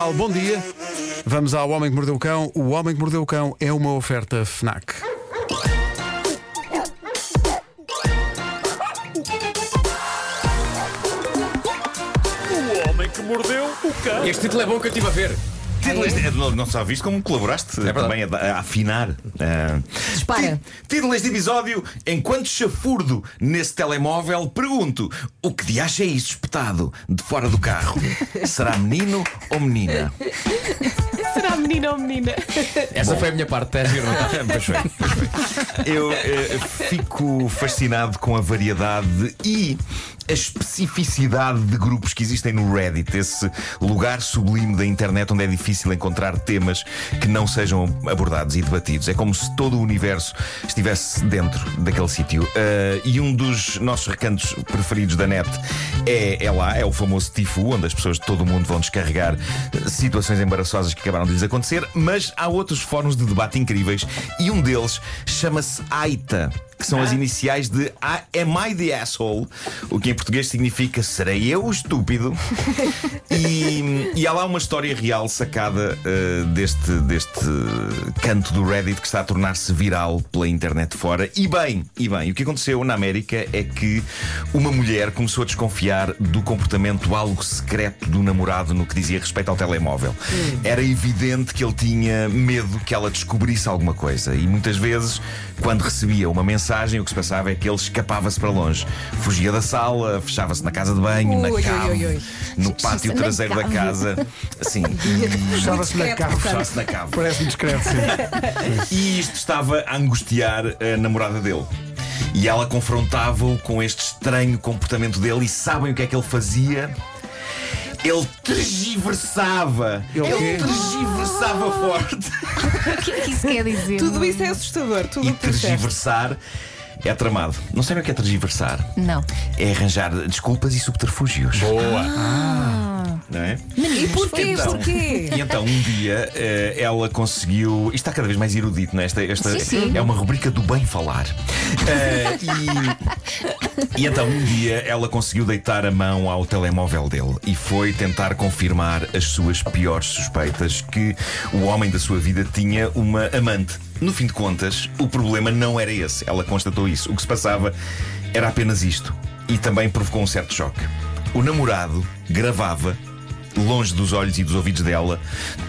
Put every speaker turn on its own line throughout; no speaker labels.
Al, Bom dia. Vamos ao Homem que Mordeu o Cão. O Homem que Mordeu o Cão é uma oferta FNAC.
O homem que mordeu o cão.
Este título é bom que eu estive a ver.
Título este, é, não, não só viste como colaboraste eh, também a, a afinar. eh.
Dispara.
Ti- Título deste episódio: Enquanto chafurdo nesse telemóvel, pergunto: o que de acha é isso espetado de fora do carro? Será menino ou menina?
Será menina ou menina?
Essa foi a minha parte, estás a ver, não está?
Pois foi, pois foi. Eu eh, fico fascinado com a variedade e a especificidade de grupos que existem no Reddit, esse lugar sublime da internet onde é difícil encontrar temas que não sejam abordados e debatidos. É como se todo o universo estivesse dentro daquele sítio. Eh, e um dos nossos recantos preferidos da net é, é lá, é o famoso Tifu, onde as pessoas de todo o mundo vão descarregar eh, situações embaraçosas que acabaram de lhes acontecer, mas há outros fóruns de debate incríveis e um deles chama-se AITA, que são as iniciais de "Ah, Am I the Asshole? O que em português significa Serei eu o estúpido? e, e há lá uma história real sacada eh, deste, deste canto do Reddit que está a tornar-se viral pela internet fora. E bem, e bem, o que aconteceu na América é que uma mulher começou a desconfiar do comportamento algo secreto do namorado no que dizia respeito ao telemóvel.
Hum.
Era evidente que ele tinha medo que ela descobrisse alguma coisa. E muitas vezes, quando recebia uma mensagem, o que se passava é que ele escapava-se para longe. Fugia da sala, fechava-se na casa de banho,
Ui, ui,
na cave,
ui, ui.
no pátio
Na
traseiro da
cave.
casa. Sim. e-
Estava-se na
Discreto,
carro.
Fechava-se na cave.
Parece-me discreto, sim.
E isto estava a angustiar a namorada dele. E ela confrontava-o com este estranho comportamento dele. E sabem o que é que ele fazia? Ele tergiversava.
Ele
Ele,
quê?
tergiversava forte.
O que é que isso quer dizer?
Tudo isso é assustador, tudo
E
o que tu disseste.
tergiversar é tramado. Não sabem o que é tergiversar?
Não.
É arranjar desculpas e subterfúgios. Ah.
Boa.
Ah.
Não é?
E porquê?
Então.
Porquê?
E então um dia eh, ela conseguiu. Isto está cada vez mais erudito, não é? Esta, esta
Sim, sim.
é uma rubrica do bem falar. Eh, e, e então um dia ela conseguiu deitar a mão ao telemóvel dele e foi tentar confirmar as suas piores suspeitas que o homem da sua vida tinha uma amante. No fim de contas, o problema não era esse. Ela constatou isso. O que se passava era apenas isto. E também provocou um certo choque. O namorado gravava longe dos olhos e dos ouvidos dela,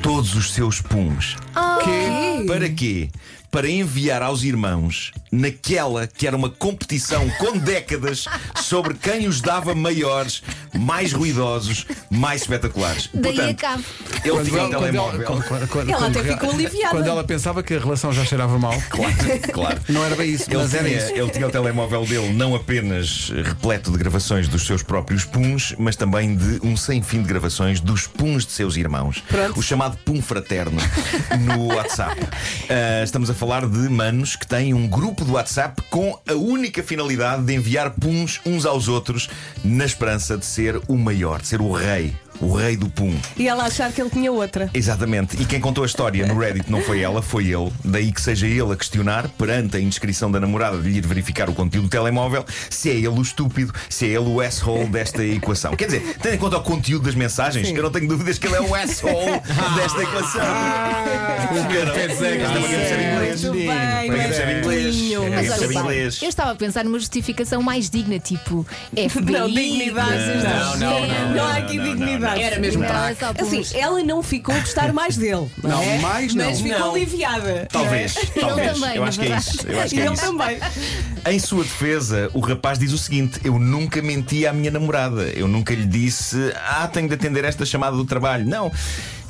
todos os seus pumes.
Quê?
Para quê? Para enviar aos irmãos naquela que era uma competição com décadas sobre quem os dava maiores, mais ruidosos, mais espetaculares.
Daí
Portanto,
a cabo.
Quando
ele tinha um
ela- quando ela-
telemóvel.
quando- quando- quando-
Ela até
quando-
ficou aliviada.
Quando ela pensava que a relação já cheirava mal,
Claro, claro.
não era bem isso,
Ele
mas era
tinha,
isso.
ele tinha o telemóvel dele não apenas eh, repleto de gravações dos seus próprios puns, mas também de um sem fim de gravações dos puns de seus irmãos. O chamado pum fraterno no WhatsApp. Ah, estamos a falar de manos que têm um grupo do WhatsApp com a única finalidade de enviar puns uns aos outros na esperança de ser o maior, de ser o rei. O rei do pum.
E ela achar que ele tinha outra.
Exatamente. E quem contou a história no Reddit não foi ela, foi ele. Daí que seja ele a questionar, perante a inscrição da namorada, de ir verificar o conteúdo do telemóvel, se é ele o estúpido, se é ele o asshole desta equação. Quer dizer, tendo em conta o conteúdo das mensagens, eu não tenho dúvidas que ele é o asshole desta equação. O cara-
quer dizer que
Esta
isso
para quem percebe
é
inglês.
Muito bem,
Para quem percebe inglês.
Betinho.
Para quem
Mas olha,
percebe
pá,
é inglês.
eu estava a pensar numa justificação mais digna, tipo FBI.
Não, dignidade.
coisas do
Não,
não,
género.
não,
Não há aqui
não, não,
dignidade.
Era mesmo
Não,
taco.
só
Assim,
puns.
ela não ficou a gostar mais dele.
Não,
é?
mais não.
Mas ficou
Não.
aliviada.
Talvez, talvez.
também,
eu
na
acho que é
verdade.
isso. Eu
E
acho que é
ele
isso.
também.
Em sua defesa, o rapaz diz o seguinte: Eu nunca menti à minha namorada. Eu nunca lhe disse, ah, tenho de atender esta chamada do trabalho. Não.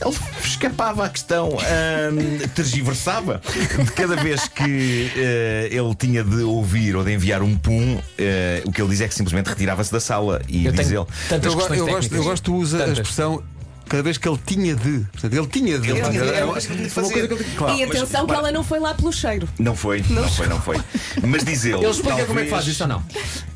Ele escapava à questão, ahm, tergiversava. De cada vez que eh, ele tinha de ouvir ou de enviar um pum, eh, o que ele diz é que simplesmente retirava-se da sala. E
Eu
diz
tenho
ele:
Então
tantas
Eu, go-
questões
eu gosto, eu
técnicas.
gosto que tu usa a
Tantas.
expressão cada vez que ele tinha de. Portanto, ele tinha de.
Ele tinha de,
Era-
é uma coisa que ele tinha de
foi uma coisa
fazer.
que ele tinha- claro.
E atenção que ela não foi lá pelo cheiro.
Não foi, não, foi, não foi. Mas diz ele.
Ele explica como é
talvez-
que faz isso ou não?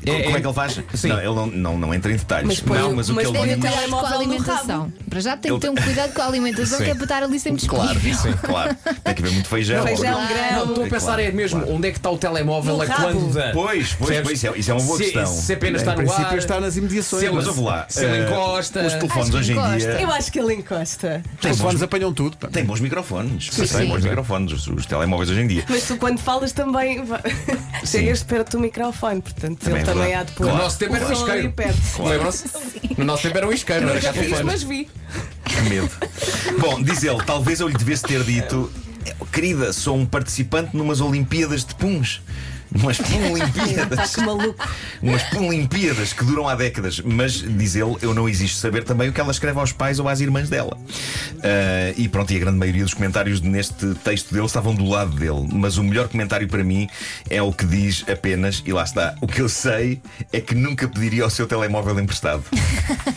Co- Como é que ele faz?
Sim.
Não, ele não, não, não entra em detalhes.
Mas põe
não,
o-
mas o
mas
que
põe
ele
o
Tem
diz.
tele-
cuidado com a
é um telemóvel no
alimentação. Para já tem que ter um cuidado com a alimentação,
Sim.
que é para estar ali sempre
Claro,
disponível.
sim, claro. Tem que haver muito feijão.
Feijão,
Claro.
grão.
Não, estou a
É
pensar
claro,
é mesmo
claro.
onde é que está o telemóvel
No
a
rabo.
quando.
Pois, pois,
Percebes?
pois, isso é- isso é uma boa
se,
questão.
Se apenas
Em
está no ar.
princípio está nas imediações.
Se ele,
Mas ouve lá.
se ele
eh,
encosta.
Os telefones
Acho que
hoje em
encosta.
dia.
Eu acho que ele encosta.
Os
bons-
fones apanham tudo. pá.
Tem bons microfones. Sim,
sim.
Tem bons microfones, os, os telemóveis hoje em dia.
Mas tu quando falas também va- chegas perto do microfone, portanto ele
Também é
também
verdade.
há de pôr.
No nosso tempo era um
o som ali
isqueiro.
perto.
Lembram-se? No nosso tempo era um isqueiro, não era
Já
cá
fiz,
telefone.
mas vi.
Que medo. Bom, diz ele, talvez eu lhe devesse ter dito: "É, Querida, sou um participante numas Olimpíadas de Puns. Umas Punolimpíadas.
Que maluco.
Umas Olimpíadas que duram há décadas, mas, diz ele, eu não exijo saber também o que ela escreve aos pais ou às irmãs dela. Ah, e pronto, e a grande maioria dos comentários neste texto dele estavam do lado dele, mas o melhor comentário para mim é o que diz apenas, e lá está, o que eu sei é que nunca pediria o seu telemóvel emprestado.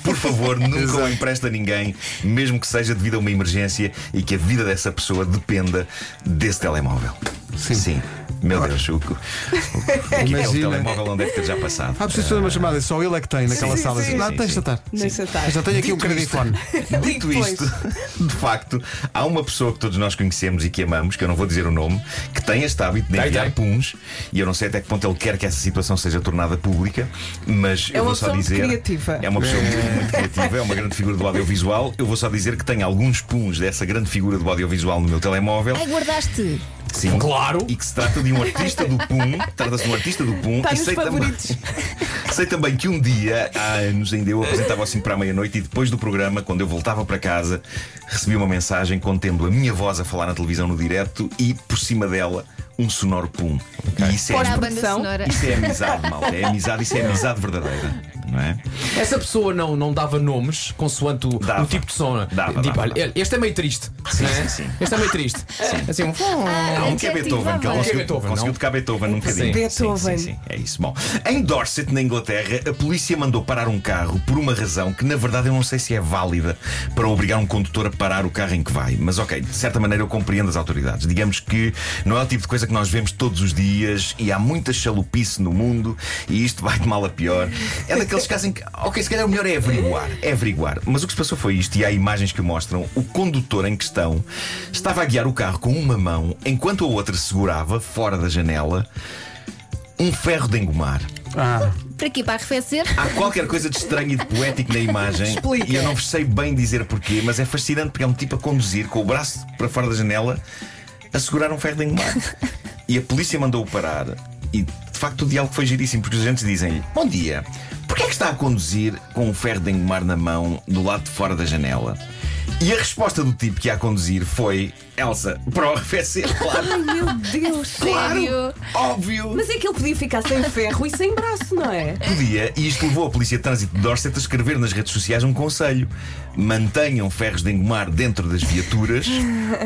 Por favor, nunca o empresta a ninguém, mesmo que seja devido a uma emergência e que a vida dessa pessoa dependa desse telemóvel. Sim. Meu Deus, o, que- o, que é o
Imagina.
telemóvel não deve ter já passado.
Há Ah, preciso fazer uma chamada, só ele é que tem naquela
Sim,
sala.
sim,
Não,
sim,
deixa
sim.
estar.
Deixa estar.
Eu Já tenho aqui um credifone.
Dito isto, de facto, há uma pessoa que todos nós conhecemos e que amamos, que eu não vou dizer o nome, que tem este hábito de
Tem,
enviar
tem.
puns, e eu não sei até que ponto ele quer que essa situação seja tornada pública, mas
É
eu
uma
vou só
pessoa muito
dizer.
criativa.
É uma pessoa muito, muito criativa, é uma grande figura do audiovisual. Eu vou só dizer que tenho alguns puns dessa grande figura do audiovisual no meu telemóvel.
Ai, guardaste.
Sim.
Claro.
E que se trata de um artista do Pum. Trata-se de um artista do Pum.
Está
e
nos
sei também,
favoritos.
sei também que um dia, há anos ainda, eu apresentava assim para a meia-noite e depois do programa, quando eu voltava para casa, recebi uma mensagem contendo a minha voz a falar na televisão no direto e, por cima dela, um sonoro Pum. E isso é,
Fora a banda
produção.
sonora.
isso é amizade, malta. É amizade, isso é amizade verdadeira. Não é?
Essa pessoa não, não dava nomes consoante o,
Dava.
o tipo de som.
Dava,
tipo,
dava.
olha, este é meio triste.
Sim,
né?
sim, sim.
Este é meio triste. Assim, um.
Ah,
Há um que é Beethoven, que ele
Adjetivava.
conseguiu,
Beethoven,
conseguiu
não?
tocar Beethoven um bocadinho.
Sim.
Beethoven.
Sim, sim, sim, é isso. Bom, em Dorset, na Inglaterra, a polícia mandou parar um carro por uma razão que, na verdade, eu não sei se é válida para obrigar um condutor a parar o carro em que vai. Mas, ok, de certa maneira eu compreendo as autoridades. Digamos que não é o tipo de coisa que nós vemos todos os dias e há muita chalupice no mundo e isto vai de mal a pior. É daqueles casos em que, ok, se calhar o melhor é averiguar. É averiguar. Mas o que se passou foi isto e há imagens que o mostram. O condutor em questão estava a guiar o carro com uma mão enquanto a outra segurava, fora da janela, um ferro de engomar.
Ah,
Para quê? Para arrefecer?
Há qualquer coisa de estranho e de poético na imagem.
Explica.
E eu não vos sei bem dizer porquê, mas é fascinante porque é um tipo a conduzir com o braço para fora da janela a segurar um ferro de engomar. e a polícia mandou-o parar. E de facto o diálogo foi giríssimo porque os agentes dizem-lhe: Bom dia, porquê é que está a conduzir com um ferro de engomar na mão do lado de fora da janela? E a resposta do tipo que ia a conduzir foi: Elsa, para o arrefecer, claro.
Meu Deus.
É
Sério?
Óbvio!
Mas é que ele podia ficar sem ferro e sem braço, não é?
Podia, e isto levou a Polícia de Trânsito de Dorset a escrever nas redes sociais um conselho: mantenham ferros de engomar dentro das viaturas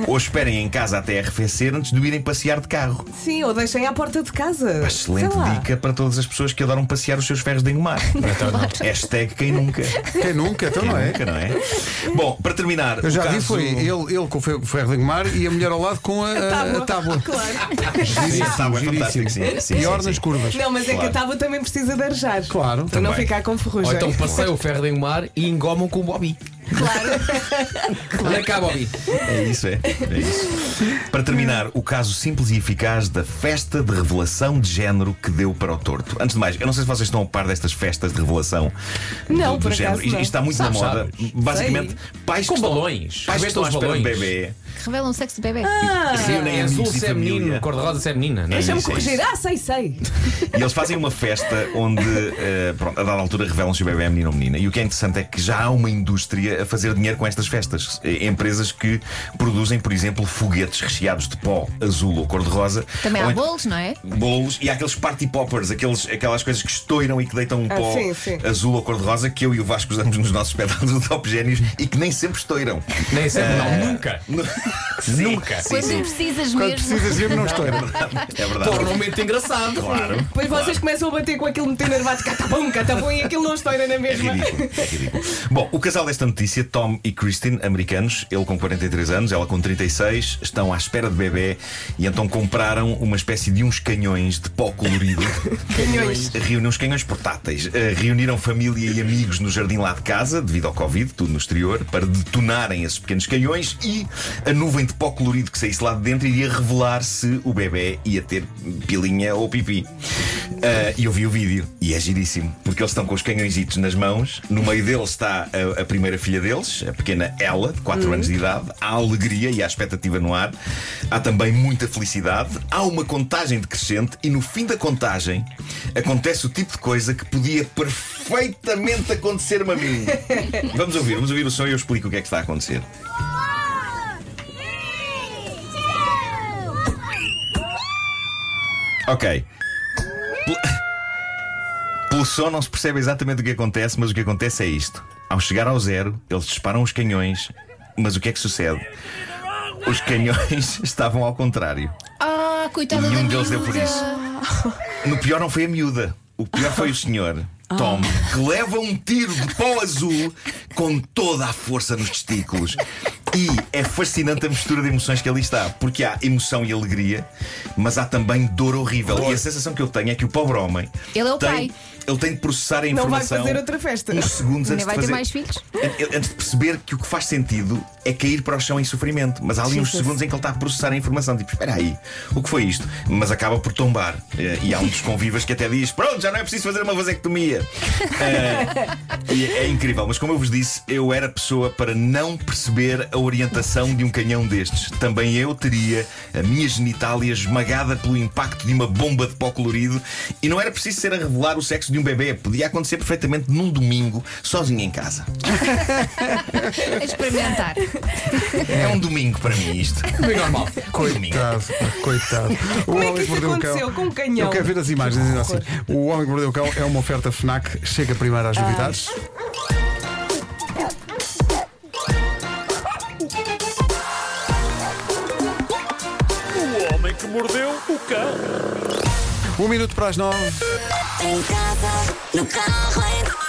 ou esperem em casa até arrefecer antes de o irem passear de carro.
Sim, ou deixem à porta de casa.
Ah, Excelente
Sei lá.
dica para todas as pessoas que adoram passear os seus ferros de engomar. Hashtag quem nunca.
quem nunca, é então
Quem
não é?
nunca, não é? Bom, para terminar.
Eu
o
já vi,
caso-
foi ele, ele com o ferro ferro de engomar e a mulher ao lado com a, a- a
Tá
tábua.
Claro.
Sim, a tábua é
Giríssimo.
fantástica, sim, sim,
Pior
sim,
nas
sim.
curvas.
Não, mas é que
Claro.
a tábua também precisa de arejar.
Claro.
Para não
Também.
ficar com ferrugem.
Ou então
é.
passei o ferro de engomar e engomam com o Bobby. Claro. Olha cá, Bobby.
É isso, é. É isso. Para terminar, o caso simples e eficaz da festa de revelação de género que deu para o torto. Antes de mais, eu não sei se vocês estão a par destas festas de revelação
Não,
do, do
por acaso
género. Isto-
não.
Isto está muito
Sabes,
na moda.
sabes.
Basicamente, pais
Com
que estão-
balões.
Pais que estão à
Rebentam os
espera de um
balões.
bebê.
Revelam o um sexo de bebê.
Ah.
Ah.
Sim, nem
É azul
amigos e
se é menino,
família.
cor-de-rosa se é menina. Não é?
É
Deixa-me
isso, é
corrigir. Ah, sei, sei.
E eles fazem uma festa onde, eh, pronto, a dada altura revelam se o bebê é menino ou menina. E o que é interessante é que já há uma indústria a fazer dinheiro com estas festas. Eh, Empresas que produzem, por exemplo, foguetes recheados de pó azul ou cor-de-rosa.
Também
Ou
há
ent-
bolos, não é?
bolos e há aqueles party poppers, aqueles, aquelas coisas que estouram e que deitam um
Ah,
pó
sim, sim.
azul ou cor-de-rosa que eu e o Vasco usamos nos nossos espetáculos do Top Génios e que nem sempre estouram.
é? Nem
É.
sempre, não, nunca. Nunca.
Sim,
Quando
sim.
precisas
Quando
mesmo.
precisas mesmo, não estou.
É verdade.
Torna um momento engraçado.
Claro.
Depois
claro.
vocês começam a bater com aquele muito enervado, catapum, catapum, e aquilo não estoura na
É
mesma.
ridículo, é ridículo. Bom, o casal desta notícia notícia: Tom e Christine, americanos, ele com 43 anos, ela com 36, estão à espera de bebê e então compraram uma espécie de uns canhões de pó colorido.
Canhões.
Reuniram uns canhões portáteis. Eh, reuniram família e amigos no jardim lá de casa, devido ao Covid, tudo no exterior, para detonarem esses pequenos canhões e a nuvem de pó colorido que saísse lá de dentro iria revelar se o bebê ia ter pilinha ou pipi. Ah, E eu vi o vídeo e é giríssimo, porque eles estão com os canhõezitos nas mãos, no meio deles está a, a primeira filha deles, a pequena Ella, de 4 anos de idade. Há alegria e há expectativa no ar, há também muita felicidade, há uma contagem decrescente e no fim da contagem acontece o tipo de coisa que podia perfeitamente acontecer-me a mim. Vamos ouvir, vamos ouvir o som e eu explico o que é que está a acontecer. Ok. Pel- Pelo som não se percebe exatamente o que acontece, mas o que acontece é isto. Ao chegar ao zero, eles disparam os canhões, mas o que é que sucede? Os canhões estavam ao contrário.
Ah, coitada
Nenhum
da
um deles deu por
miúda.
isso. No pior não foi a miúda, o pior foi o senhor.
Ah.
Tom, que leva um tiro de pó azul com toda a força nos testículos. E é fascinante a mistura de emoções que ali está, porque há emoção e alegria, mas há também dor horrível. E a sensação que eu tenho é que o pobre homem
Ele é o
tem,
pai.
ele tem de processar a
Não vai
informação
fazer outra festa.
uns segundos
Nem
antes
vai
de
ter
fazer-
mais filhos?
An- Antes de perceber que o que faz sentido é cair para o chão em sofrimento, mas há ali uns
Jesus.
segundos em que ele está a processar a informação, tipo, espera aí, o que foi isto? Mas acaba por tombar. Eh, E há um dos convivas que até diz: pronto, já não é preciso fazer uma vasectomia. Eh, e é incrível, mas como eu vos disse, eu era pessoa para não perceber a orientação de um canhão destes. Também eu teria a minha genitália esmagada pelo impacto de uma bomba de pó colorido e não era preciso ser a revelar o sexo de um bebê, podia acontecer perfeitamente num domingo, sozinho em casa.
A experimentar.
É um domingo para mim isto. É um
Bem normal.
Coitinho.
Coitado, pá, coitado. O
Como é que isso aconteceu? Com um canhão.
Eu quero ver as imagens ainda assim. O Homem que Mordeu o Cão é uma oferta Fnac. Chega primeiro às novidades.
O homem que mordeu o cão.
Um minuto para as nove.
Em casa, no carro, em